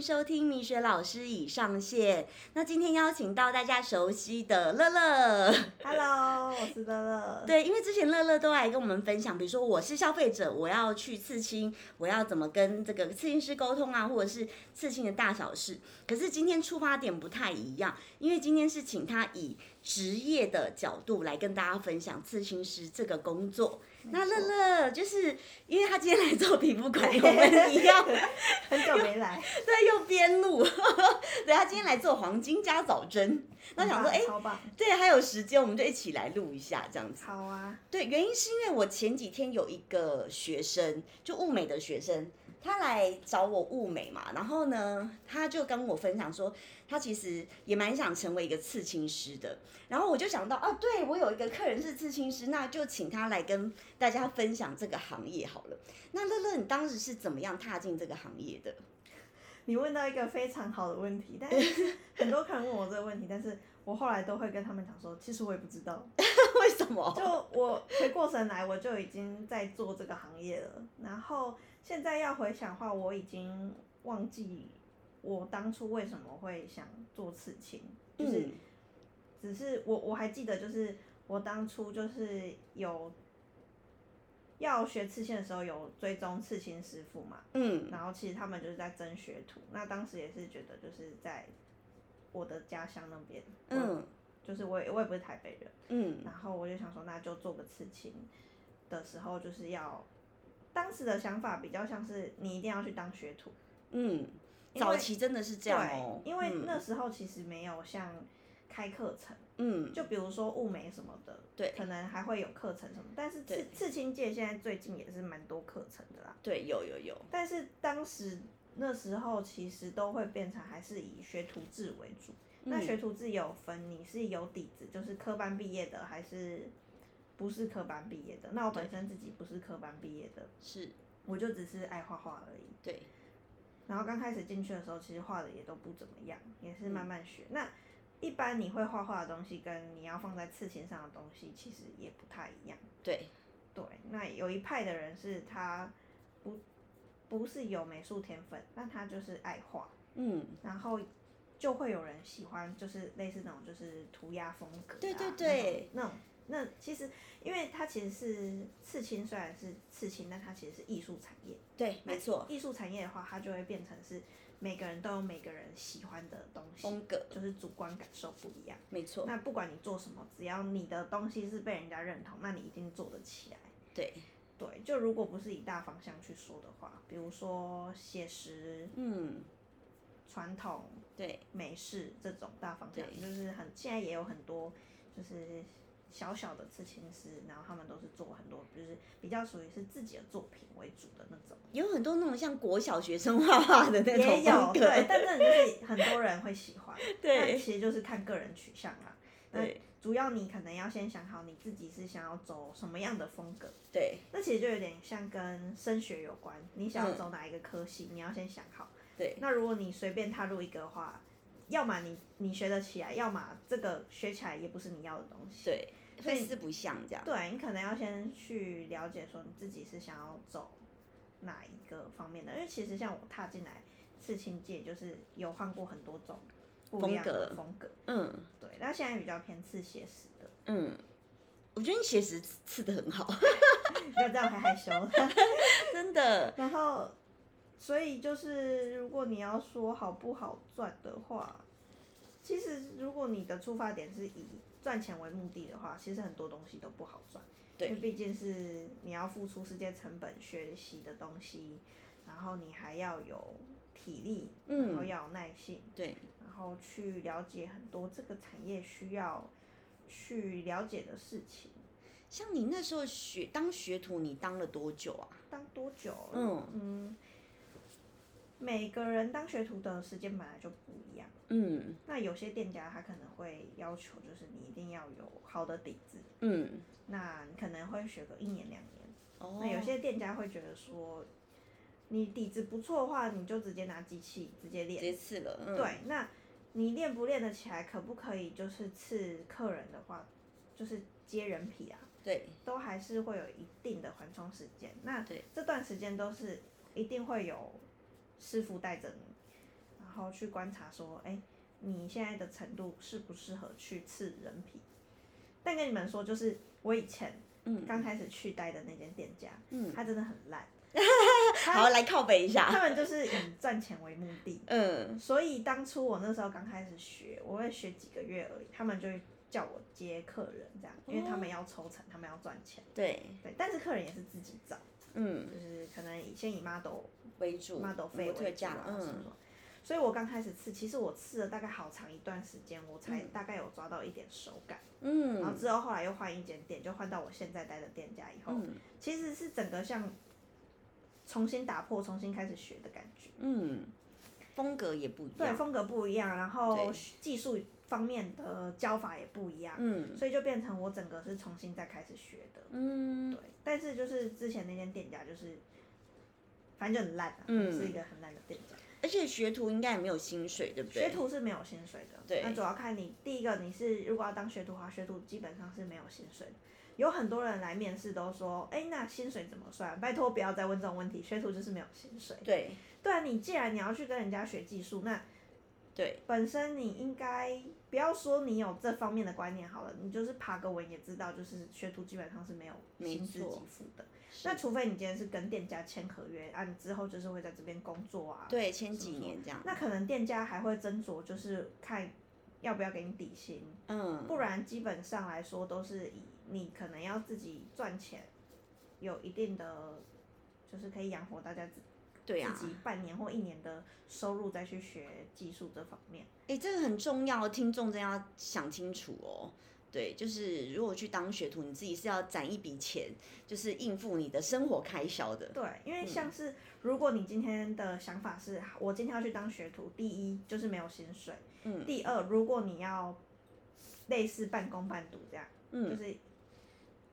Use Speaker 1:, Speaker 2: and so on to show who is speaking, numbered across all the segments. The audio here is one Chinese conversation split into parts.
Speaker 1: 收听米雪老师已上线。那今天邀请到大家熟悉的乐乐，
Speaker 2: Hello，我是乐乐。
Speaker 1: 对，因为之前乐乐都来跟我们分享，比如说我是消费者，我要去刺青，我要怎么跟这个刺青师沟通啊，或者是刺青的大小事。可是今天出发点不太一样，因为今天是请他以职业的角度来跟大家分享刺青师这个工作。那乐乐就是因为他今天来做皮肤管理，我们一样
Speaker 2: 很久没来，
Speaker 1: 对，又边录， 对他今天来做黄金加早针， 那想说，哎、
Speaker 2: 很棒超棒，
Speaker 1: 对，还有时间，我们就一起来录一下这样子。
Speaker 2: 好啊，
Speaker 1: 对，原因是因为我前几天有一个学生，就物美的学生，他来找我物美嘛，然后呢，他就跟我分享说，他其实也蛮想成为一个刺青师的。然后我就想到，啊，对我有一个客人是刺青师，那就请他来跟大家分享这个行业好了。那乐乐，你当时是怎么样踏进这个行业的？
Speaker 2: 你问到一个非常好的问题，但是 很多客人问我这个问题，但是我后来都会跟他们讲说，其实我也不知道。
Speaker 1: 为什么？
Speaker 2: 就我回过神来，我就已经在做这个行业了。然后现在要回想的话，我已经忘记我当初为什么会想做刺青，就是
Speaker 1: 嗯
Speaker 2: 只是我我还记得，就是我当初就是有要学刺青的时候，有追踪刺青师傅嘛，
Speaker 1: 嗯，
Speaker 2: 然后其实他们就是在争学徒。那当时也是觉得就是在我的家乡那边，我，
Speaker 1: 嗯
Speaker 2: 就是我也我也不是台北人，
Speaker 1: 嗯
Speaker 2: 然后我就想说那就做个刺青的时候就是要。当时的想法比较像是你一定要去当学徒，
Speaker 1: 嗯，
Speaker 2: 因为
Speaker 1: 早期真的是这样哦，
Speaker 2: 对，因为
Speaker 1: 嗯
Speaker 2: 那时候其实没有像开课程，
Speaker 1: 嗯
Speaker 2: 就比如说物美什么的，
Speaker 1: 对
Speaker 2: 可能还会有课程什么，但是
Speaker 1: 对
Speaker 2: 刺刺青界现在最近也是蛮多课程的啦。
Speaker 1: 对有有有，
Speaker 2: 但是当时那时候其实都会变成还是以学徒制为主。那
Speaker 1: 嗯
Speaker 2: 学徒制有分，你是有底子，就是科班毕业的，还是不是科班毕业的？那我本身自己不是科班毕业的，
Speaker 1: 是
Speaker 2: 我就只是爱画画而已。
Speaker 1: 对
Speaker 2: 然后刚开始进去的时候，其实画的也都不怎么样，也是
Speaker 1: 嗯
Speaker 2: 慢慢学。那一般你会画画的东西，跟你要放在刺青上的东西，其实也不太一样。
Speaker 1: 对，
Speaker 2: 对，那有一派的人是他不不是有美术天分，但他就是爱画，
Speaker 1: 嗯，
Speaker 2: 然后就会有人喜欢，就是类似那种就是涂鸦风格、啊，
Speaker 1: 对对对
Speaker 2: 那种，那种那其实因为它其实是刺青，虽然是刺青，但它其实是艺术产业。
Speaker 1: 对，没错，
Speaker 2: 艺术产业的话，它就会变成是每个人都有每个人喜欢的东西，
Speaker 1: 风格
Speaker 2: 就是主观感受不一样。
Speaker 1: 没错，
Speaker 2: 那不管你做什么，只要你的东西是被人家认同，那你一定做得起来。
Speaker 1: 对，
Speaker 2: 对，就如果不是以大方向去说的话，比如说写实、
Speaker 1: 嗯，
Speaker 2: 传统、
Speaker 1: 对
Speaker 2: 美式这种大方向
Speaker 1: 对，
Speaker 2: 就是很现在也有很多就是小小的刺青师，然后他们都是做很多就是比较属于是自己的作品为主的那种。
Speaker 1: 有很多那种像国小学生画画的那
Speaker 2: 也
Speaker 1: 种
Speaker 2: 有
Speaker 1: 风
Speaker 2: 对，
Speaker 1: 格，
Speaker 2: 但那就是很多人会喜欢，
Speaker 1: 对
Speaker 2: 那其实就是看个人取向啦。
Speaker 1: 对
Speaker 2: 主要你可能要先想好你自己是想要走什么样的风格，
Speaker 1: 对
Speaker 2: 那其实就有点像跟升学有关，你想要
Speaker 1: 嗯
Speaker 2: 走哪一个科系，你要先想好。
Speaker 1: 对
Speaker 2: 那如果你随便踏入一个的话，要么你你学得起来，要么这个学起来也不是你要的东西。
Speaker 1: 对，
Speaker 2: 所以
Speaker 1: 会四不像这样，
Speaker 2: 对，你可能要先去了解说你自己是想要走哪一个方面的，因为其实像我踏进来刺青界，就是有换过很多种不一样的风格。
Speaker 1: 嗯
Speaker 2: 对，那现在比较偏刺写实的，
Speaker 1: 嗯。我觉得你写实刺的很好，
Speaker 2: 不要这样还害羞。
Speaker 1: 真的。
Speaker 2: 然后，所以就是如果你要说好不好赚的话，其实如果你的出发点是以赚钱为目的的话，其实很多东西都不好赚。
Speaker 1: 对
Speaker 2: 因为毕竟是你要付出时间成本、学习的东西，然后你还要有体力，
Speaker 1: 嗯
Speaker 2: 然后要有耐性，
Speaker 1: 对
Speaker 2: 然后去了解很多这个产业需要去了解的事情。
Speaker 1: 像你那时候学当学徒，你当了多久啊？
Speaker 2: 当多久？
Speaker 1: 嗯
Speaker 2: 嗯，每个人当学徒的时间本来就不一样。
Speaker 1: 嗯
Speaker 2: 那有些店家他可能会要求，就是你一定要有好的底子，
Speaker 1: 嗯，
Speaker 2: 那你可能会学个一年两年。
Speaker 1: 哦，
Speaker 2: 那有些店家会觉得说，你底子不错的话，你就直接拿机器直接
Speaker 1: 直
Speaker 2: 练。
Speaker 1: 接刺了，嗯，
Speaker 2: 对，那你练不练得起来，可不可以就是刺客人的话，就是接人皮啊？
Speaker 1: 对
Speaker 2: 都还是会有一定的缓冲时间。那
Speaker 1: 对
Speaker 2: 这段时间都是一定会有师傅带着你，后去观察说，哎、你现在的程度适不适合去刺人皮？但跟你们说，就是我以前
Speaker 1: 嗯
Speaker 2: 刚开始去待的那间店家，
Speaker 1: 嗯，，
Speaker 2: 他真的很烂
Speaker 1: 啊好，来靠北一
Speaker 2: 他
Speaker 1: 下，
Speaker 2: 们就是以赚钱为目的，
Speaker 1: 嗯
Speaker 2: 所以当初我那时候刚开始学，我会学几个月而已，他们就会叫我接客人这样，因为他们
Speaker 1: 哦
Speaker 2: 要抽成，他们要赚钱。
Speaker 1: 对，
Speaker 2: 对，但是客人也是自己找，
Speaker 1: 嗯
Speaker 2: 就是可能以先以 model
Speaker 1: 为主，
Speaker 2: model 费
Speaker 1: 模特
Speaker 2: 为主
Speaker 1: 价
Speaker 2: 啊，什
Speaker 1: 嗯
Speaker 2: 么。所以我刚开始刺，其实我刺了大概好长一段时间，我才大概有抓到一点手感。然后
Speaker 1: 嗯
Speaker 2: 之后后来又换一间店，就换到我现在待的店家以后，
Speaker 1: 嗯
Speaker 2: 其实是整个像重新打破、重新开始学的感觉。
Speaker 1: 嗯，风格也不一
Speaker 2: 对，
Speaker 1: 样，
Speaker 2: 风格不一样，然后
Speaker 1: 对
Speaker 2: 技术方面的教法也不一样，
Speaker 1: 嗯
Speaker 2: 所以就变成我整个是重新再开始学的。
Speaker 1: 嗯
Speaker 2: 对，但是就是之前那间店家就是，反正就很烂、啊，
Speaker 1: 嗯
Speaker 2: 是一个很烂的店家。
Speaker 1: 而且学徒应该也没有薪水，对不对？
Speaker 2: 学徒是没有薪水的，
Speaker 1: 对
Speaker 2: 那主要看你第一个，你是如果要当学徒的话，学徒基本上是没有薪水的。有很多人来面试都说，哎、那薪水怎么算？拜托不要再问这种问题，学徒就是没有薪水。
Speaker 1: 对
Speaker 2: 对啊，你既然你要去跟人家学技术，那
Speaker 1: 对，
Speaker 2: 本身你应该不要说你有这方面的观念好了，你就是爬个文也知道，就是学徒基本上是没有
Speaker 1: 没
Speaker 2: 薪资
Speaker 1: 错
Speaker 2: 给付的。
Speaker 1: 是
Speaker 2: 那除非你今天是跟店家签合约啊，你之后就是会在这边工作啊。
Speaker 1: 对前几
Speaker 2: 什么什么
Speaker 1: 年这样，
Speaker 2: 那可能店家还会斟酌，就是看要不要给你底薪，
Speaker 1: 嗯，
Speaker 2: 不然基本上来说都是以你可能要自己赚钱，有一定的就是可以养活大家自
Speaker 1: 对啊，
Speaker 2: 自己半年或一年的收入再去学技术这方面。
Speaker 1: 哎、这个很重要，听众真要想清楚哦。对，就是如果去当学徒，你自己是要攒一笔钱，就是应付你的生活开销的。
Speaker 2: 对，因为像是如果你今天的想法是，我今天要去当学徒，第一就是没有薪水，
Speaker 1: 嗯
Speaker 2: 第二如果你要类似半工半读这样，就
Speaker 1: 嗯，
Speaker 2: 是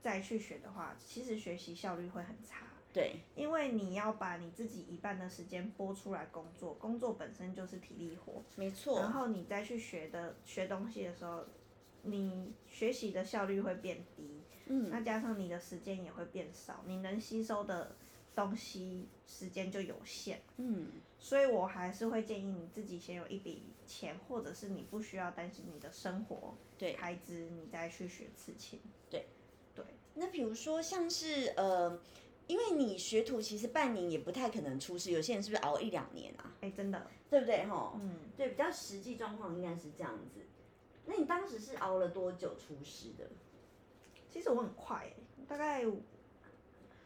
Speaker 2: 再去学的话，其实学习效率会很差，
Speaker 1: 对，
Speaker 2: 因为你要把你自己一半的时间拨出来工作，工作本身就是体力活，
Speaker 1: 没错
Speaker 2: 然。后你再去学的学东西的时候，你学习的效率会变低，
Speaker 1: 嗯
Speaker 2: 那加上你的时间也会变少，你能吸收的东西时间就有限，
Speaker 1: 嗯，
Speaker 2: 所以我还是会建议你自己先有一笔钱，或者是你不需要担心你的生活
Speaker 1: 对
Speaker 2: 开支，你再去学刺青。
Speaker 1: 对
Speaker 2: 对，
Speaker 1: 那比如说像是呃，因为你学徒其实半年也不太可能出师，有些人是不是熬一两年啊？
Speaker 2: 哎、真的，
Speaker 1: 对不对？吼，
Speaker 2: 嗯，
Speaker 1: 对，比较实际状况应该是这样子。那你当时是熬了多久出师的？
Speaker 2: 其实我很快、欸，大概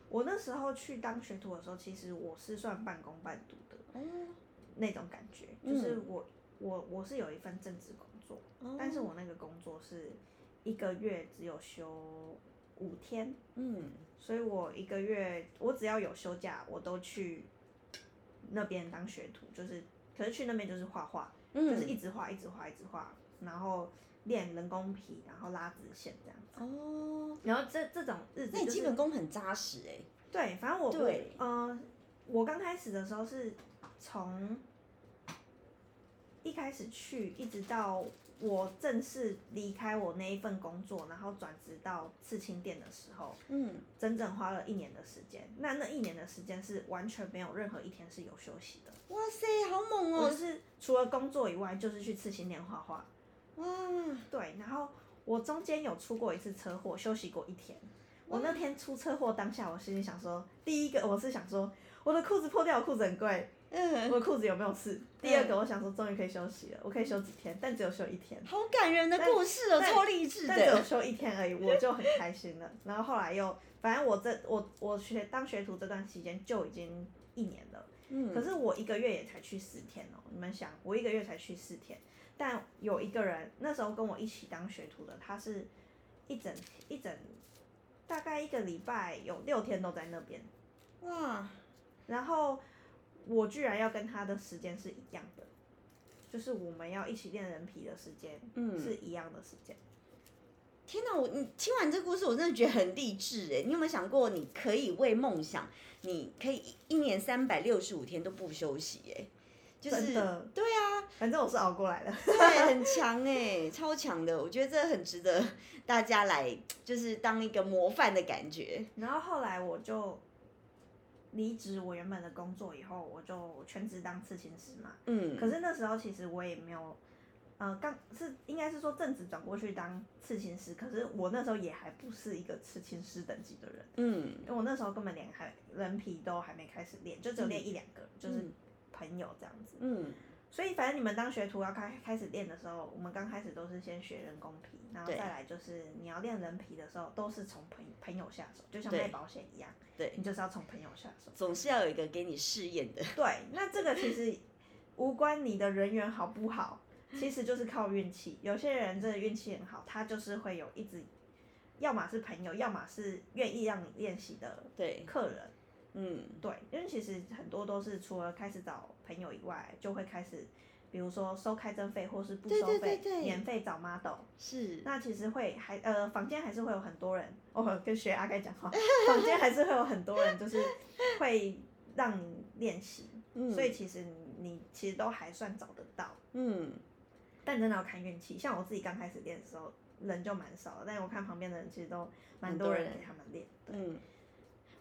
Speaker 2: 我那时候去当学徒的时候，其实我是算半工半读的
Speaker 1: 嗯，
Speaker 2: 那种感觉，就是我、我我是有一份正职工作，
Speaker 1: 哦
Speaker 2: 但是我那个工作是一个月只有休五天，
Speaker 1: 嗯，
Speaker 2: 所以我一个月我只要有休假，我都去那边当学徒，就是可是去那边就是画画，
Speaker 1: 嗯
Speaker 2: 就是一直画一直画一直画，然后练人工皮，然后拉直线这样子。
Speaker 1: 哦，
Speaker 2: 然后这这种日子、
Speaker 1: 那你
Speaker 2: 就是，
Speaker 1: 基本功很扎实哎、
Speaker 2: 对，反正我
Speaker 1: 对
Speaker 2: 我呃，我刚开始的时候是从一开始去，一直到我正式离开我那一份工作，然后转职到刺青店的时候，
Speaker 1: 嗯，
Speaker 2: 整整花了一年的时间。那那一年的时间是完全没有任何一天是有休息的，
Speaker 1: 哇塞，好猛
Speaker 2: 我
Speaker 1: 哦！
Speaker 2: 就是除了工作以外，就是去刺青店画画。
Speaker 1: 哇，
Speaker 2: 对，然后我中间有出过一次车祸，休息过一天。我那天出车祸当下，我心里想说，第一个我是想说，我的裤子破掉，我裤子很贵，
Speaker 1: 嗯，
Speaker 2: 我的裤子有没有事？第二个我想说，终于可以休息了，我可以休几天，但只有休一天，
Speaker 1: 好感人的故事哦，
Speaker 2: 但
Speaker 1: 超励志
Speaker 2: 但只有
Speaker 1: 的。
Speaker 2: 休一天而已，我就很开心了。然后后来又，反正我这我我学当学徒这段期间就已经一年了。可
Speaker 1: 嗯，
Speaker 2: 是我一个月也才去四天哦，你们想，我一个月才去四天，但有一个人那时候跟我一起当学徒的，他是一整一整大概一个礼拜有六天都在那边，
Speaker 1: 哇，
Speaker 2: 然后我居然要跟他的时间是一样的，就是我们要一起练人皮的时间
Speaker 1: 嗯，
Speaker 2: 是一样的时间。
Speaker 1: 天哪，我你听完这故事，我真的觉得很励志哎。你有没有想过，你可以为梦想，你可以一一年三百六十五天都不休息哎，就是
Speaker 2: 真的
Speaker 1: 对啊，
Speaker 2: 反正我是熬过来的，
Speaker 1: 对，很强哎，超强的。我觉得这很值得大家来，就是当一个模范的感觉。
Speaker 2: 然后后来我就离职我原本的工作以后，我就全职当刺青师嘛。
Speaker 1: 嗯，
Speaker 2: 可是那时候其实我也没有，呃，刚是应该是说正职转过去当刺青师，可是我那时候也还不是一个刺青师等级的人，
Speaker 1: 嗯
Speaker 2: 因为我那时候根本连还人皮都还没开始练，就只有练一两个，就是朋友这样子。
Speaker 1: 嗯，
Speaker 2: 所以反正你们当学徒要开开始练的时候，我们刚开始都是先学人工皮，然后
Speaker 1: 对
Speaker 2: 再来就是你要练人皮的时候，都是从朋朋友下手，就像
Speaker 1: 对
Speaker 2: 卖保险一样，
Speaker 1: 对，
Speaker 2: 你就是要从朋友下手。
Speaker 1: 总是要有一个给你试验的，
Speaker 2: 对，那这个其实无关你的人缘好不好，其实就是靠运气。有些人真的运气很好，他就是会有一直，要么是朋友，要么是愿意让你练习的
Speaker 1: 对，
Speaker 2: 客人。
Speaker 1: 嗯
Speaker 2: 对，因为其实很多都是除了开始找朋友以外，就会开始，比如说收开征费或是不
Speaker 1: 对
Speaker 2: 收
Speaker 1: 对
Speaker 2: 费，
Speaker 1: 对对
Speaker 2: 免费找 model。
Speaker 1: 是，
Speaker 2: 那其实会还呃，坊间还是会有很多人，哦，跟学阿盖讲话，坊间还是会有很多人，就是会让你练习，
Speaker 1: 嗯
Speaker 2: 所以其实你你其实都还算找得到，
Speaker 1: 嗯
Speaker 2: 但真的要看运气。像我自己刚开始练的时候，人就蛮少的，但我看旁边的人其实都蛮
Speaker 1: 很
Speaker 2: 多
Speaker 1: 多
Speaker 2: 人
Speaker 1: 人
Speaker 2: 给他们 练，对，
Speaker 1: 嗯。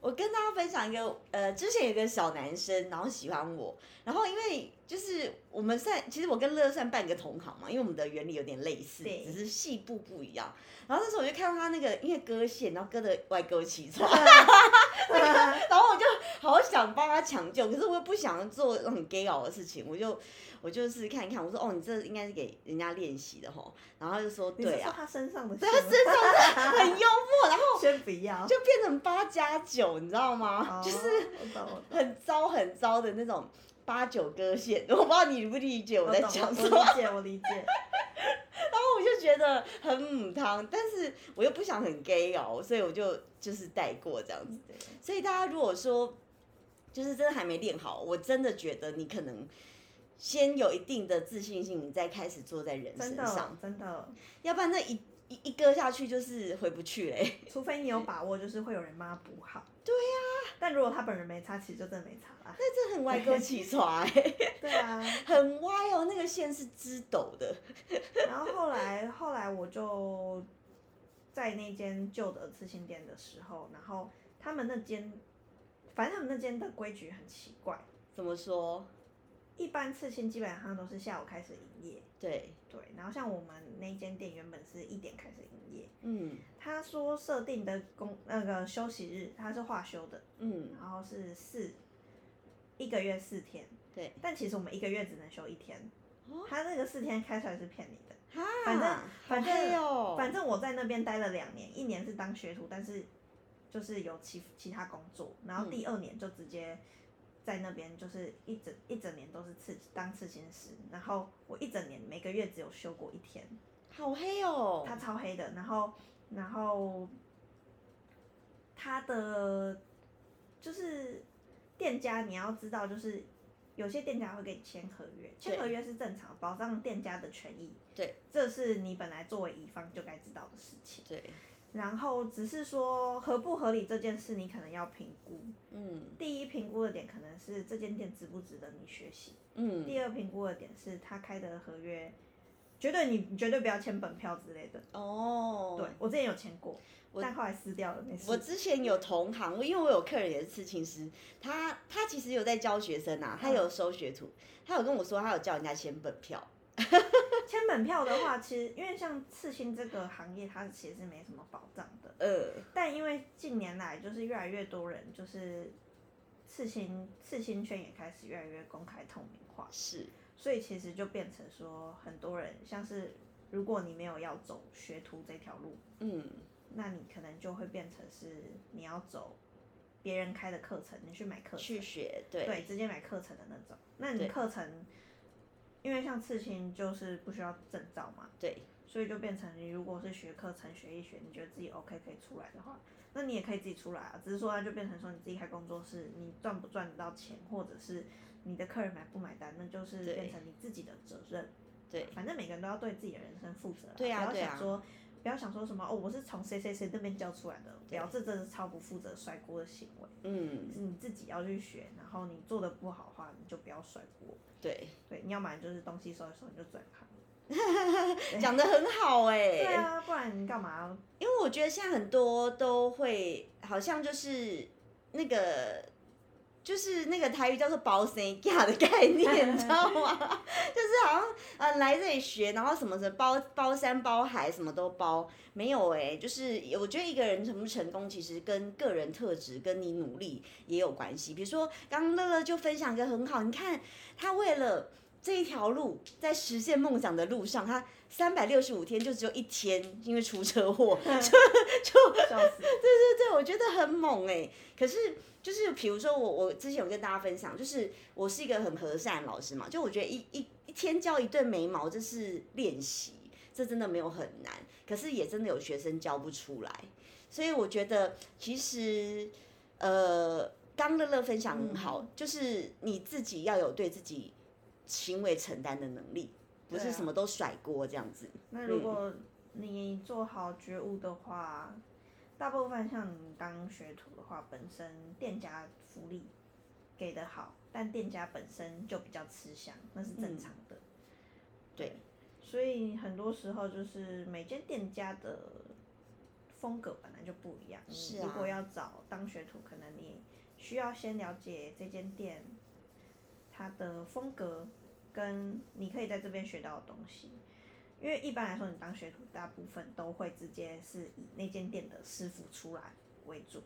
Speaker 1: 我跟大家分享一个，呃，之前有个小男生，然后喜欢我，然后因为就是我们算，其实我跟乐算半个同行嘛，因为我们的原理有点类似，
Speaker 2: 对
Speaker 1: 只是细部不一样。然后那时候我就看到他那个，因为割线，然后割的歪勾起错， 然后我就好想帮他抢救，可是我又不想做那种 gay 佬的事情，我就我就是看一看，我说哦，你这应该是给人家练习的吼，然后他就说
Speaker 2: 你是
Speaker 1: 对
Speaker 2: 说
Speaker 1: 啊，
Speaker 2: 他身上的
Speaker 1: 对他身上是哎很幽默，然后
Speaker 2: 先不要，
Speaker 1: 就变成八加九，你知道吗？
Speaker 2: 哦
Speaker 1: 就是
Speaker 2: 我懂我懂
Speaker 1: 很糟很糟的那种八九割线， 我不知道你理不理解我
Speaker 2: 我
Speaker 1: 在
Speaker 2: 哦懂
Speaker 1: 讲什
Speaker 2: 我
Speaker 1: 么，然
Speaker 2: 理解我 理解，
Speaker 1: 后我就觉得很母汤，但是我又不想很 gay 哦，所以我就就是带过这样子。
Speaker 2: 对
Speaker 1: 所以大家如果说就是真的还没练好，我真的觉得你可能先有一定的自信心，你再开始做在人
Speaker 2: 真
Speaker 1: 身
Speaker 2: 的哦
Speaker 1: 上，
Speaker 2: 真的。
Speaker 1: 要不然那一一一割下去就是回不去嘞、
Speaker 2: 除非你有把握，就是会有人帮他补好。对
Speaker 1: 啊
Speaker 2: 呀、但如果他本人没擦，其实就真的没擦 啦。
Speaker 1: 那这很歪勾起床、欸，
Speaker 2: 对啊。
Speaker 1: 很歪哦，那个线是支抖的，
Speaker 2: 然后后来后来我就在那间旧的刺青店的时候，然后他们那间，反正他们那间的规矩很奇怪。
Speaker 1: 怎么说？
Speaker 2: 一般刺青基本上都是下午开始营业，
Speaker 1: 对，
Speaker 2: 对。然后像我们那间店原本是一点开始营业，
Speaker 1: 嗯
Speaker 2: 他说设定的工那个休息日他是化休的，
Speaker 1: 嗯，
Speaker 2: 然后是四一个月四天，
Speaker 1: 对，
Speaker 2: 但其实我们一个月只能休一天，
Speaker 1: 哦
Speaker 2: 他那个四天开出来是骗你的。
Speaker 1: 哈，
Speaker 2: 反正反正
Speaker 1: 好黑哦，
Speaker 2: 反正我在那边待了两年，一年是当学徒，但是就是有其其他工作，然
Speaker 1: 嗯
Speaker 2: 后第二年就直接在那边就是一整一整年都是刺当刺青师，然后我一整年每个月只有休过一天，
Speaker 1: 好黑哦，
Speaker 2: 他超黑的，然后然后他的就是店家你要知道，就是有些店家会跟你签合约，签
Speaker 1: 对
Speaker 2: 合约是正常，保障店家的权益。
Speaker 1: 对，
Speaker 2: 这是你本来作为乙方就该知道的事情。
Speaker 1: 对，
Speaker 2: 然后只是说合不合理这件事，你可能要评估。
Speaker 1: 嗯
Speaker 2: 第一评估的点可能是这间店值不值得你学习，
Speaker 1: 嗯，
Speaker 2: 第二评估的点是他开的合约，绝对你你绝对不要签本票之类的。
Speaker 1: 哦，
Speaker 2: 对，我之前有签过，
Speaker 1: 我
Speaker 2: 但后来撕掉了，没事。
Speaker 1: 我之前有同行，我因为我有客人也是刺青师，他他其实有在教学生
Speaker 2: 嗯
Speaker 1: 啊，他有收学徒，他有跟我说他有叫人家签本票，
Speaker 2: 签本票的话，其实因为像刺青这个行业，它其实是没什么保障的。
Speaker 1: 呃，
Speaker 2: 但因为近年来就是越来越多人就是刺青，刺青圈也开始越来越公开透明化，
Speaker 1: 是，
Speaker 2: 所以其实就变成说，很多人像是如果你没有要走学徒这条路，
Speaker 1: 嗯，
Speaker 2: 那你可能就会变成是你要走别人开的课程，你去买课程，
Speaker 1: 去学，对，
Speaker 2: 对，直接买课程的那种。那你
Speaker 1: 对
Speaker 2: 课程，因为像刺青就是不需要证照嘛，
Speaker 1: 对，
Speaker 2: 所以就变成你如果是学课程学一学，你觉得自己 OK 可以出来的话，那你也可以自己出来啊。只是说它就变成说你自己开工作室，你赚不赚得到钱，或者是你的客人买不买单，那就是
Speaker 1: 对
Speaker 2: 变成你自己的责任。
Speaker 1: 对，
Speaker 2: 反正每个人都要对自己的人生负责啦，
Speaker 1: 对啊
Speaker 2: 不
Speaker 1: 对
Speaker 2: 要
Speaker 1: 啊
Speaker 2: 想说。不要想说什么哦，我是从谁谁谁那边教出来的，不要，这真的是超不负责甩锅的行为。
Speaker 1: 嗯，
Speaker 2: 是你自己要去学，然后你做的不好的话，你就不要甩锅。
Speaker 1: 对，
Speaker 2: 对，你要买就是东西收一收，你就转行。
Speaker 1: 讲的很好哎、
Speaker 2: 对啊，不然你干嘛要？
Speaker 1: 因为我觉得现在很多都会好像就是那个就是那个台语叫做“包生架”的概念，你知道吗？ 就是好像呃来这里学，然后什么什么包包山包海，什么都包。没有哎、就是我觉得一个人成不成功，其实跟个人特质、跟你努力也有关系。比如说，刚刚乐乐就分享一个很好，你看他为了这一条路，在实现梦想的路上，他三百六十五天就只有一天，因为出车祸，
Speaker 2: 笑死，
Speaker 1: 对，我觉得很猛哎、可是就是比如说我我之前有跟大家分享，就是我是一个很和善的老师嘛，就我觉得一一一天教一对眉毛这是练习，这真的没有很难，可是也真的有学生教不出来，所以我觉得其实呃，刚乐乐分享很好，
Speaker 2: 嗯
Speaker 1: 就是你自己要有对自己行为承担的能力，不
Speaker 2: 对
Speaker 1: 是
Speaker 2: 啊
Speaker 1: 什么都甩锅这样子。
Speaker 2: 那如果你做好觉悟的话，大部分像你当学徒的话，本身店家福利给的好，但店家本身就比较吃香，那是正常的。
Speaker 1: 对，
Speaker 2: 所以很多时候就是每间店家的风格本来就不一样。你
Speaker 1: 是啊
Speaker 2: 如果要找当学徒，可能你需要先了解这间店它的风格，跟你可以在这边学到的东西。因为一般来说，你当学徒大部分都会直接是以那间店的师傅出来为主，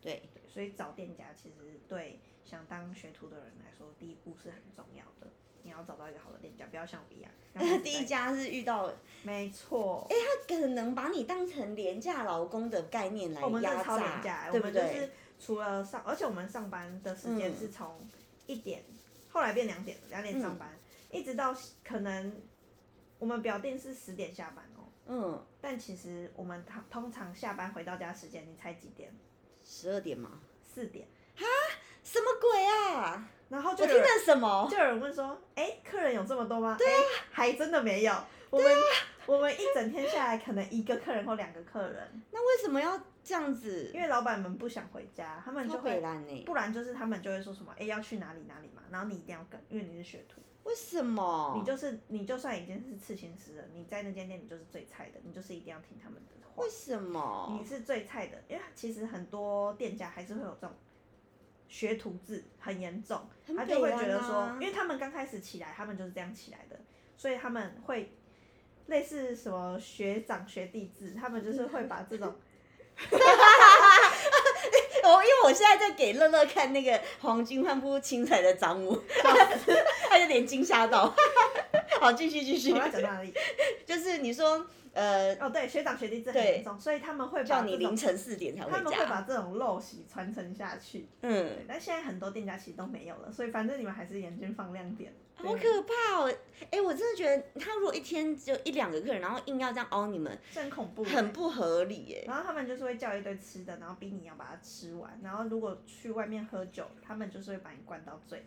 Speaker 1: 对，
Speaker 2: 对，所以找店家其实对想当学徒的人来说，第一步是很重要的。你要找到一个好的店家，不要像我一样。刚开 始
Speaker 1: 第
Speaker 2: 在
Speaker 1: 一家是遇到
Speaker 2: 没错，
Speaker 1: 可能把你当成廉价劳工的概念来
Speaker 2: 我们真
Speaker 1: 压
Speaker 2: 的超廉价
Speaker 1: 榨，
Speaker 2: 欸，
Speaker 1: 对不
Speaker 2: 我们就
Speaker 1: 对
Speaker 2: 是？除了上，而且我们上班的时间
Speaker 1: 嗯
Speaker 2: 是从一点，后来变两点，两点上班，一直到可能我们表定是十点下班哦，
Speaker 1: 嗯，
Speaker 2: 但其实我们通通常下班回到家时间，你猜几点？
Speaker 1: 十二点吗？
Speaker 2: 四点，
Speaker 1: 什么鬼啊！
Speaker 2: 然后就
Speaker 1: 我
Speaker 2: 有
Speaker 1: 听了
Speaker 2: 人
Speaker 1: 什么？
Speaker 2: 就有人问说，哎、客人有这么多吗？
Speaker 1: 啊
Speaker 2: 对、还真的没有，我们、我们一整天下来可能一个客人或两个客人，
Speaker 1: 那为什么要这样子？
Speaker 2: 因为老板们不想回家，他们
Speaker 1: 超
Speaker 2: 就
Speaker 1: 北欸
Speaker 2: 会
Speaker 1: 烂呢？
Speaker 2: 不然就是他们就会说什么，哎、要去哪里哪里嘛，然后你一定要跟，因为你是学徒，
Speaker 1: 为什么？
Speaker 2: 你就是你就算已经是刺青师了，你在那间店你就是最菜的，你就是一定要听他们的话
Speaker 1: 为，什么
Speaker 2: 你？是最菜的，因为其实很多店家还是会有这种学徒制，很严重，
Speaker 1: 很
Speaker 2: 他就会
Speaker 1: 北
Speaker 2: 觉
Speaker 1: 兰
Speaker 2: 得说，
Speaker 1: 啊
Speaker 2: 因为他们刚开始起来，他们就是这样起来的，所以他们会类似什么学长学弟制，他们就是会把 这种
Speaker 1: 哦，因为我现在在给乐乐看那个黄金焕布青彩的掌舞， 他有点惊吓到。 好，继续继续
Speaker 2: 我，要讲到哪里？
Speaker 1: 就是你说呃，
Speaker 2: 哦，对，学长学弟制很
Speaker 1: 对
Speaker 2: 严重，所以他们会把
Speaker 1: 叫
Speaker 2: 这
Speaker 1: 你
Speaker 2: 种
Speaker 1: 凌晨四点才
Speaker 2: 他们
Speaker 1: 回
Speaker 2: 会
Speaker 1: 家，
Speaker 2: 把这种陋习传承下去。
Speaker 1: 嗯
Speaker 2: 对，，但现在很多店家其实都没有了，所以反正你们还是眼睛放亮点。
Speaker 1: 好可怕哦！哎、我真的觉得他如果一天只有一两个客人，然后硬要这样哦凹你们，
Speaker 2: 这很恐怖欸、
Speaker 1: 很不合理耶。
Speaker 2: 然后他们就是会叫一堆吃的，然后逼你要把它吃完。然后如果去外面喝酒，他们就是会把你灌到醉，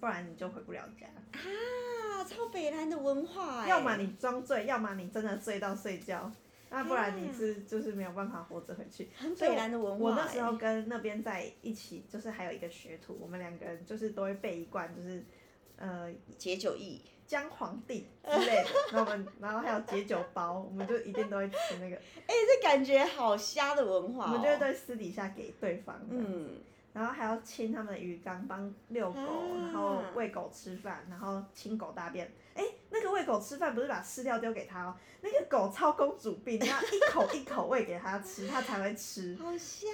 Speaker 2: 不然你就回不了家。
Speaker 1: 啊，超北兰的文化哎。
Speaker 2: 嗯
Speaker 1: 啊
Speaker 2: 要么你装醉，要么你真的醉到睡觉，那不然你是就是没有办法活着回去。
Speaker 1: 很
Speaker 2: 所以
Speaker 1: 北兰的文化
Speaker 2: 我
Speaker 1: 哎。
Speaker 2: 那时候跟那边在一起，就是还有一个学徒，我们两个人就是都会备一罐，就是呃
Speaker 1: 解酒意，
Speaker 2: 姜黄帝之 类的，然后我们然后还有解酒包，我们就一定都会吃那个，
Speaker 1: 哎、这感觉好瞎的文
Speaker 2: 我
Speaker 1: 化、哦。
Speaker 2: 们就会对私底下给对方的，
Speaker 1: 嗯，
Speaker 2: 然后还要清他们的鱼缸，帮遛狗，
Speaker 1: 啊
Speaker 2: 然后喂狗吃饭，然后清狗大便。哎，那个喂狗吃饭不是把饲料丢给它哦，那个狗超公主病，你要一口一口喂给它吃，它才会吃。
Speaker 1: 好瞎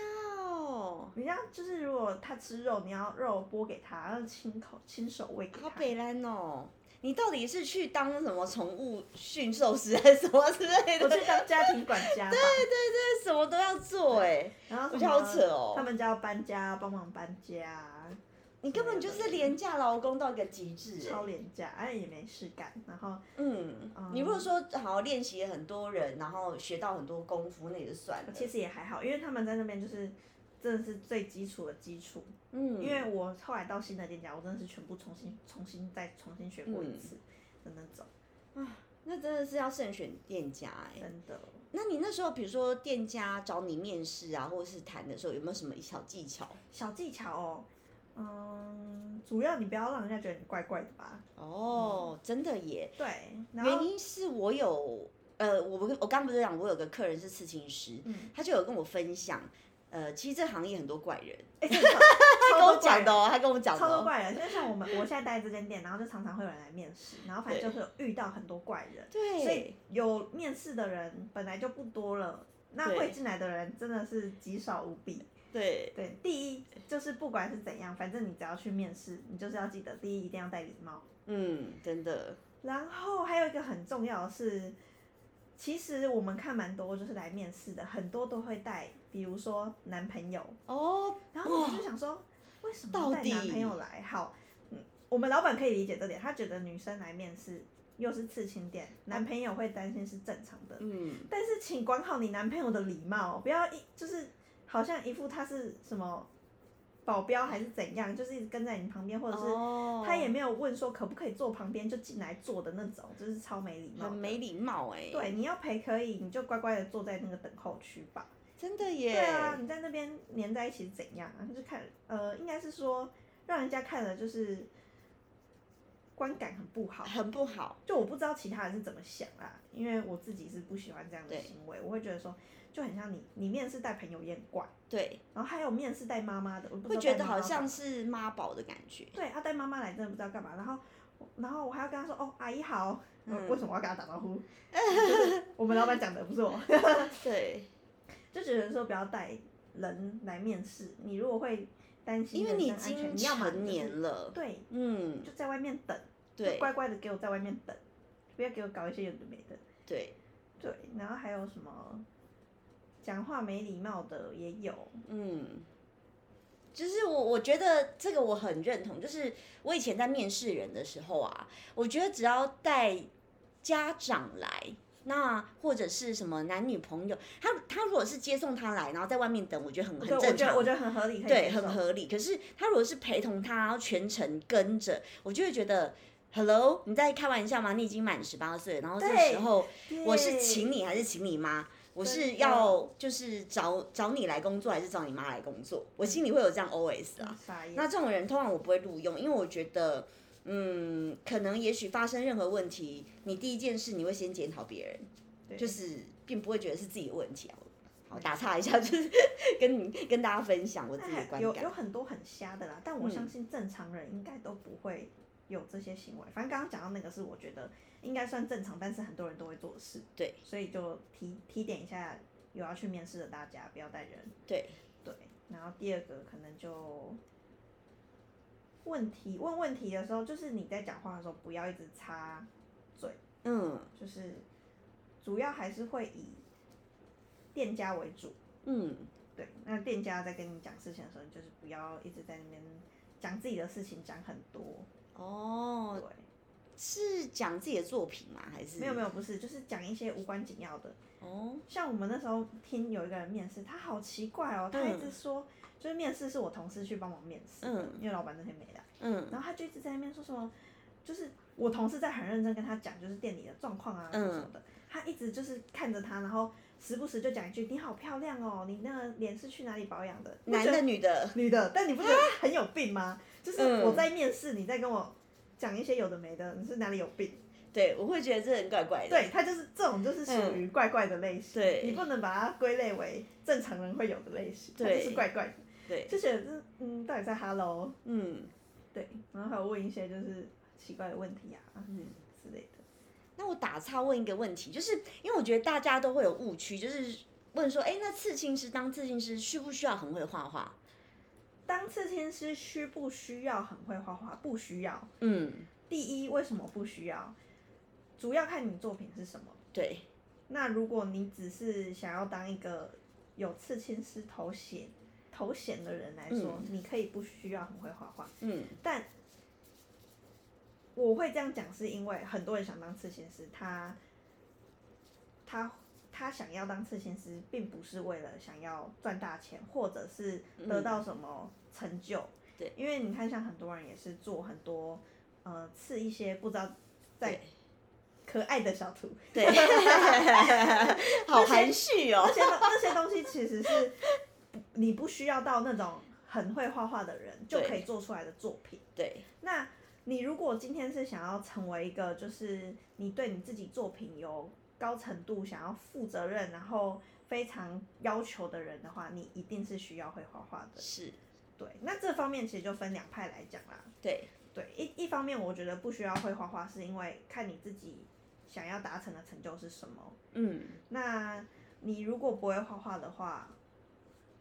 Speaker 1: 哦，
Speaker 2: 你要就是如果它吃肉，你要肉剥给它，然后亲口亲手喂给它
Speaker 1: 好。北兰哦。你到底是去当什么宠物驯兽师还是什么之类
Speaker 2: 我
Speaker 1: 的？
Speaker 2: 去当家庭管家吧，
Speaker 1: 这什么都要做哎、
Speaker 2: 然后
Speaker 1: 我
Speaker 2: 什
Speaker 1: 觉得好
Speaker 2: 么
Speaker 1: 扯哦
Speaker 2: 他们家要搬家，帮忙搬家，
Speaker 1: 你根本就是廉价劳工到一个极致、哎。
Speaker 2: 超廉价，哎也没事干，然后
Speaker 1: 嗯，你如果说好好练习很多人，然后学到很多功夫，那也就算了。
Speaker 2: 其实也还好，因为他们在那边就是真的是最基础的基础。
Speaker 1: 嗯，
Speaker 2: 因为我后来到新的店家，我真的是全部重新、重新再重新学过一次
Speaker 1: 嗯
Speaker 2: 的那种，
Speaker 1: 那真的是要慎选店家哎、
Speaker 2: 真的。
Speaker 1: 那你那时候，比如说店家找你面试啊，或者是谈的时候，有没有什么小技巧？
Speaker 2: 小技巧哦，嗯，主要你不要让人家觉得你怪怪的吧。
Speaker 1: 哦，真的耶。
Speaker 2: 对，然
Speaker 1: 原
Speaker 2: 后
Speaker 1: 因是我有，呃，我不我刚不是讲我有个客人是刺青师，
Speaker 2: 嗯
Speaker 1: 他就有跟我分享，呃，其实这行业很多怪人，
Speaker 2: 哎，这很好
Speaker 1: 他 跟我讲的哦，他跟我讲的、
Speaker 2: 超多
Speaker 1: 哦。
Speaker 2: 怪人，就像我们我现在待在这间店，然后就常常会有人来面试，然后反正就是有遇到很多怪人，所以
Speaker 1: 对，
Speaker 2: 有面试的人本来就不多了，那
Speaker 1: 对
Speaker 2: 会进来的人真的是极少无比。
Speaker 1: 对，
Speaker 2: 对，第一就是不管是怎样，反正你只要去面试，你就是要记得第一一定要戴礼帽，
Speaker 1: 嗯，真的，
Speaker 2: 然后还有一个很重要的是，其实我们看蛮多就是来面试的，很多都会带，比如说男朋友，
Speaker 1: 哦，
Speaker 2: 然后我就想说，为什么要带
Speaker 1: 到底
Speaker 2: 男朋友来？好，嗯，我们老板可以理解这点，他觉得女生来面试又是刺青店，男朋友会担心是正常的。
Speaker 1: 嗯，
Speaker 2: 但是请管好你男朋友的礼貌，不要一就是好像一副他是什么保镖还是怎样，就是一直跟在你旁边，或者是
Speaker 1: 哦
Speaker 2: 他也没有问说可不可以坐旁边就进来坐的那种，就是超没礼貌的。
Speaker 1: 很没礼貌哎、
Speaker 2: 对，，你要陪可以，你就乖乖的坐在那个等候区吧。
Speaker 1: 真的耶，
Speaker 2: 对啊，你在那边黏在一起是怎样啊？就是看，呃，应该是说让人家看了就是观感很不好。
Speaker 1: 很不好，
Speaker 2: 就我不知道其他人是怎么想啦，因为我自己是不喜欢这样的
Speaker 1: 对
Speaker 2: 行为，我会觉得说就很像你，你面试带朋友也很怪，
Speaker 1: 对，
Speaker 2: 然后还有面试带妈妈的，我不知
Speaker 1: 会
Speaker 2: 道
Speaker 1: 觉
Speaker 2: 带
Speaker 1: 得
Speaker 2: 妈妈
Speaker 1: 好像
Speaker 2: 干
Speaker 1: 是妈宝的感觉，
Speaker 2: 嘛对，他带妈妈来真的不知道干嘛，然后然后我还要跟他说哦阿姨好，呃
Speaker 1: 嗯
Speaker 2: 为什么我要跟他打招呼？ 就是我们老板讲的不是我，
Speaker 1: 对，
Speaker 2: 就觉得说不要带人来面试，你如果会担心
Speaker 1: 因为
Speaker 2: 人
Speaker 1: 你已
Speaker 2: 身安
Speaker 1: 经
Speaker 2: 全你要么
Speaker 1: 成
Speaker 2: 你就是
Speaker 1: 年了，
Speaker 2: 对，
Speaker 1: 嗯
Speaker 2: 你，就在外面等，就
Speaker 1: 对
Speaker 2: 乖乖的给我在外面等，不要给我搞一些有的没的。
Speaker 1: 对，
Speaker 2: 对，然后还有什么讲话没礼貌的也有，
Speaker 1: 嗯，就是我我觉得这个我很认同，就是我以前在面试人的时候啊，我觉得只要带家长来。那或者是什么男女朋友，他他如果是接送他来，然后在外面等，我觉得很很
Speaker 2: 哦对，我
Speaker 1: 正
Speaker 2: 觉
Speaker 1: 常
Speaker 2: 得我觉得很合理，可以
Speaker 1: 对，
Speaker 2: 接
Speaker 1: 很
Speaker 2: 受
Speaker 1: 合理。可是他如果是陪同他，然后全程跟着，我就会觉得，Hello，你在开玩笑吗？你已经满十八岁了，然后这
Speaker 2: 对
Speaker 1: 时候我是
Speaker 2: 对
Speaker 1: 请你还是请你妈？我
Speaker 2: 真
Speaker 1: 是
Speaker 2: 的
Speaker 1: 要就是找找你来工作还是找你妈来工作？我心里会有这
Speaker 2: 嗯
Speaker 1: 样 OS 啊。
Speaker 2: 傻眼
Speaker 1: 那这种人通常我不会录用，因为我觉得，嗯，可能也许发生任何问题，你第一件事你会先检讨别
Speaker 2: 对
Speaker 1: 人，就是并不会觉得是自己的问题啊。好，打岔一下，就是 跟你跟大家分享我自己的
Speaker 2: 那还
Speaker 1: 观
Speaker 2: 有
Speaker 1: 感嗯
Speaker 2: 有。很多很瞎的啦，但我相信正常人应该都不会有这些行为。反正刚刚讲到那个是我觉得应该算正常，但是很多人都会做的事。
Speaker 1: 对，
Speaker 2: 所以就提提点一下有要去面试的大家，不要带人。
Speaker 1: 对
Speaker 2: 对，然后第二个可能就问题问问题的时候，就是你在讲话的时候不要一直插嘴，
Speaker 1: 嗯
Speaker 2: 就是主要还是会以店家为主。
Speaker 1: 嗯，
Speaker 2: 对，那店家在跟你讲事情的时候，你就是不要一直在那边讲自己的事情，讲很多。
Speaker 1: 哦，
Speaker 2: 对，
Speaker 1: 是讲自己的作品吗？还是
Speaker 2: 没有没
Speaker 1: 有
Speaker 2: 有，不是，就是讲一些无关紧要的。
Speaker 1: 哦，
Speaker 2: 像我们那时候听有一个人面试，他好奇怪哦，他一直说，就是面试是我同事去帮忙面试的，
Speaker 1: 嗯
Speaker 2: 因为老板那天没来，
Speaker 1: 嗯
Speaker 2: 然后他就一直在那边说什么，就是我同事在很认真跟他讲，就是店里的状况啊什么什
Speaker 1: 嗯
Speaker 2: 么的，他一直就是看着他，然后时不时就讲一句你好漂亮哦，你那个脸是去哪里保养的？不
Speaker 1: 男
Speaker 2: 觉得
Speaker 1: 的女的，
Speaker 2: 女的，但你不觉得很有病吗？就是
Speaker 1: 嗯
Speaker 2: 我在面试，你在跟我讲一些有的没的，你是哪里有病？
Speaker 1: 对我会觉得这人怪怪的。
Speaker 2: 对他就是这种，就是属于怪怪的类型，
Speaker 1: 对
Speaker 2: 你不能把它归类为正常人会有的类型，它就
Speaker 1: 对
Speaker 2: 是怪怪的，
Speaker 1: 对，
Speaker 2: 就觉得这嗯，到底在 hello？
Speaker 1: 嗯
Speaker 2: 对，然后还有问一些就是奇怪的问题啊
Speaker 1: 嗯。
Speaker 2: 之类的，
Speaker 1: 那我打岔问一个问题，就是因为我觉得大家都会有误区，就是问说，哎，那刺青师当刺青师需不需要很会画画？
Speaker 2: 当刺青师需不需要很会画画？不需要。
Speaker 1: 嗯，
Speaker 2: 第一，为什么不需要？主要看你作品是什么。
Speaker 1: 对，
Speaker 2: 那如果你只是想要当一个有刺青师头衔头衔的人来说，
Speaker 1: 嗯
Speaker 2: 你可以不需要很会画画，
Speaker 1: 嗯
Speaker 2: 但我会这样讲，是因为很多人想当刺青师，他他他想要当刺青师，并不是为了想要赚大钱，或者是得到什么成就。
Speaker 1: 嗯对，
Speaker 2: 因为你看，像很多人也是做很多呃刺一些不知道在
Speaker 1: 对
Speaker 2: 可爱的小图，
Speaker 1: 对，好含蓄哦
Speaker 2: 那。些东 那些东西其实是不你不需要到那种很会画画的人就
Speaker 1: 对
Speaker 2: 可以做出来的作品。
Speaker 1: 对，
Speaker 2: 那你如果今天是想要成为一个，就是你对你自己作品有高程度想要负责任，然后非常要求的人的话，你一定是需要会画画的。
Speaker 1: 是，
Speaker 2: 对，那这方面其实就分两派来讲啦。
Speaker 1: 对
Speaker 2: 对，一一方面我觉得不需要会画画，是因为看你自己想要达成的成就是什么。
Speaker 1: 嗯，
Speaker 2: 那你如果不会画画的话，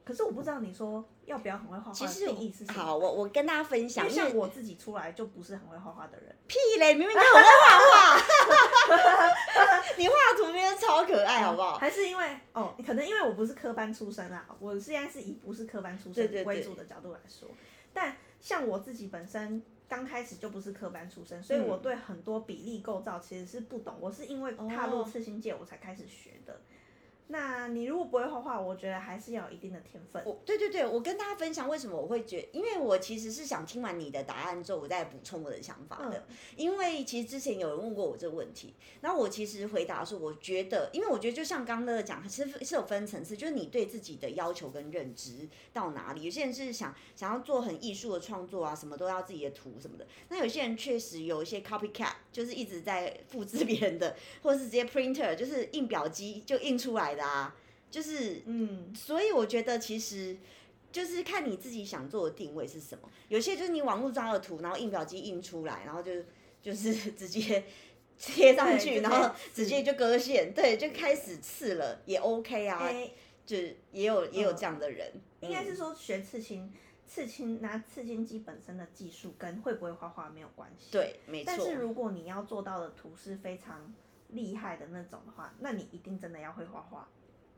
Speaker 2: 可是我不知道你说要不要很会画画
Speaker 1: 其
Speaker 2: 的
Speaker 1: 实
Speaker 2: 定义是什么。
Speaker 1: 好，我我跟大家分
Speaker 2: 因
Speaker 1: 享，
Speaker 2: 为
Speaker 1: 因为
Speaker 2: 像我自己出来就不是很会画画的人，
Speaker 1: 屁嘞，明明就很会画 画，你画的图片超可爱，好不好？
Speaker 2: 还是因为哦，可能因为我不是科班出身啦，我现在是以不是科班出
Speaker 1: 对
Speaker 2: 身
Speaker 1: 对对
Speaker 2: 为主的角度来说。但像我自己本身刚开始就不是科班出身，所以
Speaker 1: 嗯
Speaker 2: 我对很多比例构造其实是不懂，我是因为踏入
Speaker 1: 哦
Speaker 2: 刺青界我才开始学的。那你如果不会画画，我觉得还是要有一定的天分。
Speaker 1: 我对对对，我跟大家分享为什么我会觉因为我其实是想听完你的答案之后，我再补充我的想法的。因为其实之前有人问过我这个问题，然后我其实回答说，我觉得，因为我觉得就像刚乐讲，是是有分层次，就是你对自己的要求跟认知到哪里。有些人是想想要做很艺术的创作啊，什么都要自己的图什么的。那有些人确实有一些 copycat，就是一直在复制别人的，或者是直接 printer，就是印表机就印出来的啊，就是
Speaker 2: 嗯，
Speaker 1: 所以我觉得其实就是看你自己想做的定位是什么。有些就是你网络抓的图，然后印表机印出来，然后就就是 直接贴上
Speaker 2: 对
Speaker 1: 去，
Speaker 2: 就
Speaker 1: 然后
Speaker 2: 开始
Speaker 1: 直接就割线，对，就开始刺了，也 OK 啊。
Speaker 2: 诶
Speaker 1: 就也有也有
Speaker 2: 嗯
Speaker 1: 这样的人，
Speaker 2: 应
Speaker 1: 嗯
Speaker 2: 该是说学刺青，刺青拿刺青机本身的技术跟会不会画画没有关系。。
Speaker 1: 对，没
Speaker 2: 但
Speaker 1: 错。
Speaker 2: 是如果你要做到的图是非常厉害的那种的话，那你一定真的要会画画，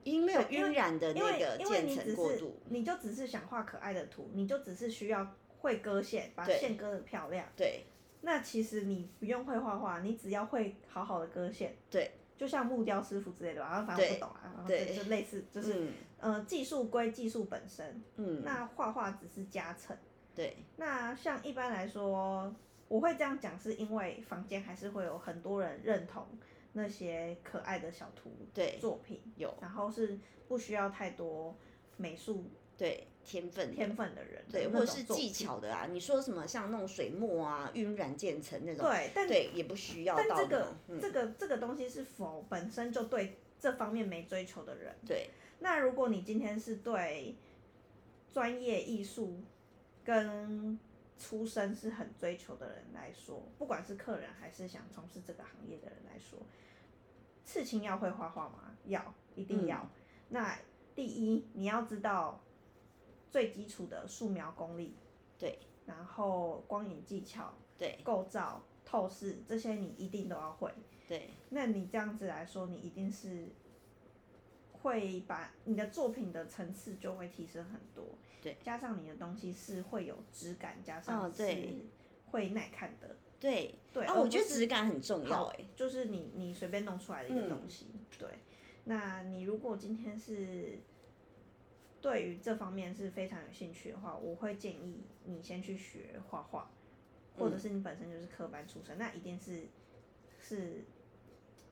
Speaker 1: 因为有
Speaker 2: 因为
Speaker 1: 晕染的
Speaker 2: 因
Speaker 1: 那
Speaker 2: 为
Speaker 1: 个
Speaker 2: 因为
Speaker 1: 渐
Speaker 2: 你只
Speaker 1: 层过
Speaker 2: 是
Speaker 1: 度，
Speaker 2: 你就只是想画可爱的图，你就只是需要会割线，把
Speaker 1: 对
Speaker 2: 线割得漂亮。
Speaker 1: 对
Speaker 2: 那其实你不用会画画，你只要会好好的割线。
Speaker 1: 对。
Speaker 2: 就像木雕师傅之类的吧，然后反正我不
Speaker 1: 对
Speaker 2: 懂啊，然后
Speaker 1: 对
Speaker 2: 就就类似，就是、
Speaker 1: 嗯
Speaker 2: 呃技术归技术本身，
Speaker 1: 嗯，
Speaker 2: 那画画只是加成。
Speaker 1: 对
Speaker 2: 那像一般来说，我会这样讲，是因为房间还是会有很多人认同那些可爱的小图
Speaker 1: 对
Speaker 2: 作品，
Speaker 1: 有
Speaker 2: 然后是不需要太多美术
Speaker 1: 对天分
Speaker 2: 天分的人的
Speaker 1: 对，或
Speaker 2: 那
Speaker 1: 者
Speaker 2: 种
Speaker 1: 是
Speaker 2: 作
Speaker 1: 技
Speaker 2: 品。
Speaker 1: 巧的啊，你说什么像那种水墨啊、晕染渐层那种，
Speaker 2: 对，但
Speaker 1: 对，也不需要
Speaker 2: 但
Speaker 1: 到
Speaker 2: 这
Speaker 1: 那
Speaker 2: 个
Speaker 1: 种、嗯、
Speaker 2: 这个这个东西是否本身就对这方面没追求的人？
Speaker 1: 对
Speaker 2: 那如果你今天是对专业艺术跟出身是很追求的人来说，不管是客人还是想从事这个行业的人来说，刺青要会画画吗？要，一定要。那第一，你要知道最基础的素描功力，
Speaker 1: 对，
Speaker 2: 然后光影技巧、
Speaker 1: 对
Speaker 2: 构造、透视这些你一定都要会。
Speaker 1: 对
Speaker 2: 那你这样子来说，你一定是会把你的作品的层次就会提升很多。
Speaker 1: 对，
Speaker 2: 加上你的东西是会有质感，加
Speaker 1: 哦
Speaker 2: 上是
Speaker 1: 对
Speaker 2: 会耐看的。
Speaker 1: 对。
Speaker 2: 对，
Speaker 1: 啊，
Speaker 2: 而
Speaker 1: 我
Speaker 2: 不
Speaker 1: 觉得
Speaker 2: 是
Speaker 1: 质感很重要
Speaker 2: 好
Speaker 1: 哎、
Speaker 2: 就是你你随便弄出来的一个
Speaker 1: 嗯
Speaker 2: 东西。对，那你如果今天是对于这方面是非常有兴趣的话，我会建议你先去学画画，或
Speaker 1: 嗯
Speaker 2: 者是你本身就是科班出身，那一定是是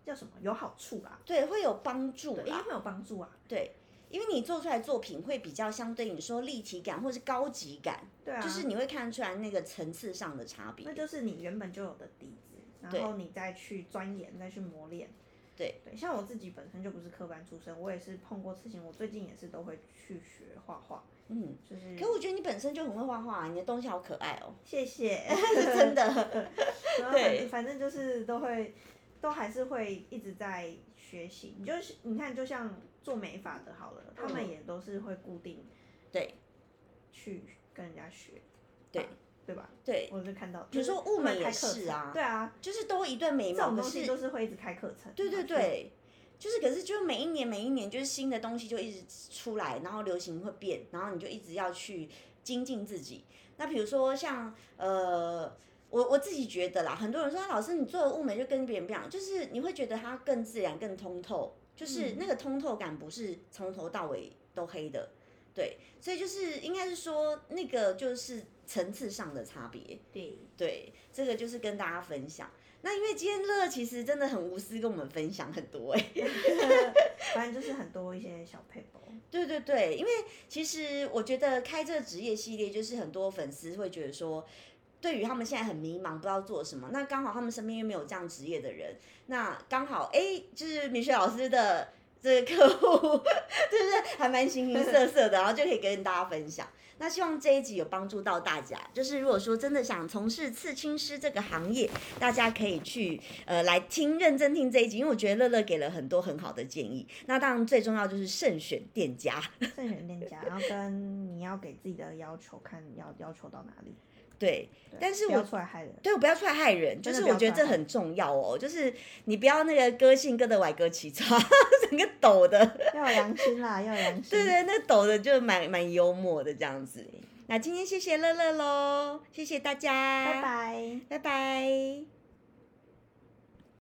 Speaker 2: 叫什么有好处啦，
Speaker 1: 对，会有帮助
Speaker 2: 对，一定
Speaker 1: 啦，
Speaker 2: 会有帮助啊。
Speaker 1: 对，因为你做出来的作品会比较相对你说立体感或是高级感，
Speaker 2: 对啊，
Speaker 1: 就是你会看出来那个层次上的差别
Speaker 2: 那，就是你原本就有的底子，然后你再去钻研，再去磨练。
Speaker 1: 对
Speaker 2: 对，像我自己本身就不是科班出身，我也是碰过事情，我最近也是都会去学画画，
Speaker 1: 嗯。
Speaker 2: 就是
Speaker 1: 可我觉得你本身就很会画啊画、你的东西好可爱 哦、
Speaker 2: 谢谢，
Speaker 1: 是真的。
Speaker 2: 然后
Speaker 1: 对
Speaker 2: 反反正就是都会，都还是会一直在学习。你就是你看，就像做美发的好了，他们也都是会固定
Speaker 1: 嗯对
Speaker 2: 去跟人家学，
Speaker 1: 对
Speaker 2: 对吧？
Speaker 1: 对，
Speaker 2: 我就看到，
Speaker 1: 比如说
Speaker 2: 就是
Speaker 1: 物美
Speaker 2: 他们
Speaker 1: 也
Speaker 2: 开课
Speaker 1: 是啊
Speaker 2: 程对啊，
Speaker 1: 就是都一段美
Speaker 2: 这
Speaker 1: 貌，
Speaker 2: 种
Speaker 1: 可
Speaker 2: 东西
Speaker 1: 是
Speaker 2: 都是会一直开课程，
Speaker 1: 对对
Speaker 2: 然后去
Speaker 1: 对，就是可是就每一年每一年就是新的东西就一直出来，然后流行会变，然后你就一直要去精进自己。那比如说像呃。我我自己觉得啦，很多人说老师你做的物美就跟别人不一样，就是你会觉得它更自然、更通透，就是
Speaker 2: 嗯
Speaker 1: 那个通透感不是从头到尾都黑的，对，所以就是应该是说那个就是层次上的差别。
Speaker 2: 对，
Speaker 1: 对，这个就是跟大家分享。那因为今天乐其实真的很无私，跟我们分享很多哎、
Speaker 2: 反正就是很多一些小 paper。
Speaker 1: 对对对，因为其实我觉得开这个职业系列，就是很多粉丝会觉得说，对于他们现在很迷茫，不知道做什么。那刚好他们身边又没有这样职业的人，那刚好哎，就是米雪老师的这个客户 就是还蛮形形色色的，然后就可以跟大家分享。那希望这一集有帮助到大家，就是如果说真的想从事刺青师这个行业，大家可以去呃来听认真听这一集，因为我觉得乐乐给了很多很好的建议。那当然最重要就是慎选店家，
Speaker 2: 慎选店家，然后跟你要给自己的要求，看要要求到哪里。
Speaker 1: 对。
Speaker 2: 对
Speaker 1: 但是
Speaker 2: 不要
Speaker 1: 我
Speaker 2: 出来害人。
Speaker 1: 对，不要出来害人，就
Speaker 2: 真的
Speaker 1: 是
Speaker 2: 不要
Speaker 1: 我觉得
Speaker 2: 出
Speaker 1: 这
Speaker 2: 来害
Speaker 1: 很重要哦，就是你不要那个歌性歌的歪歌起叉， 整个抖的。
Speaker 2: 要有良心啦，要有良心。
Speaker 1: 对对，那抖的就蛮蛮幽默的这样子。那今天谢谢乐乐喽，谢谢大家，
Speaker 2: 拜拜。
Speaker 1: 拜拜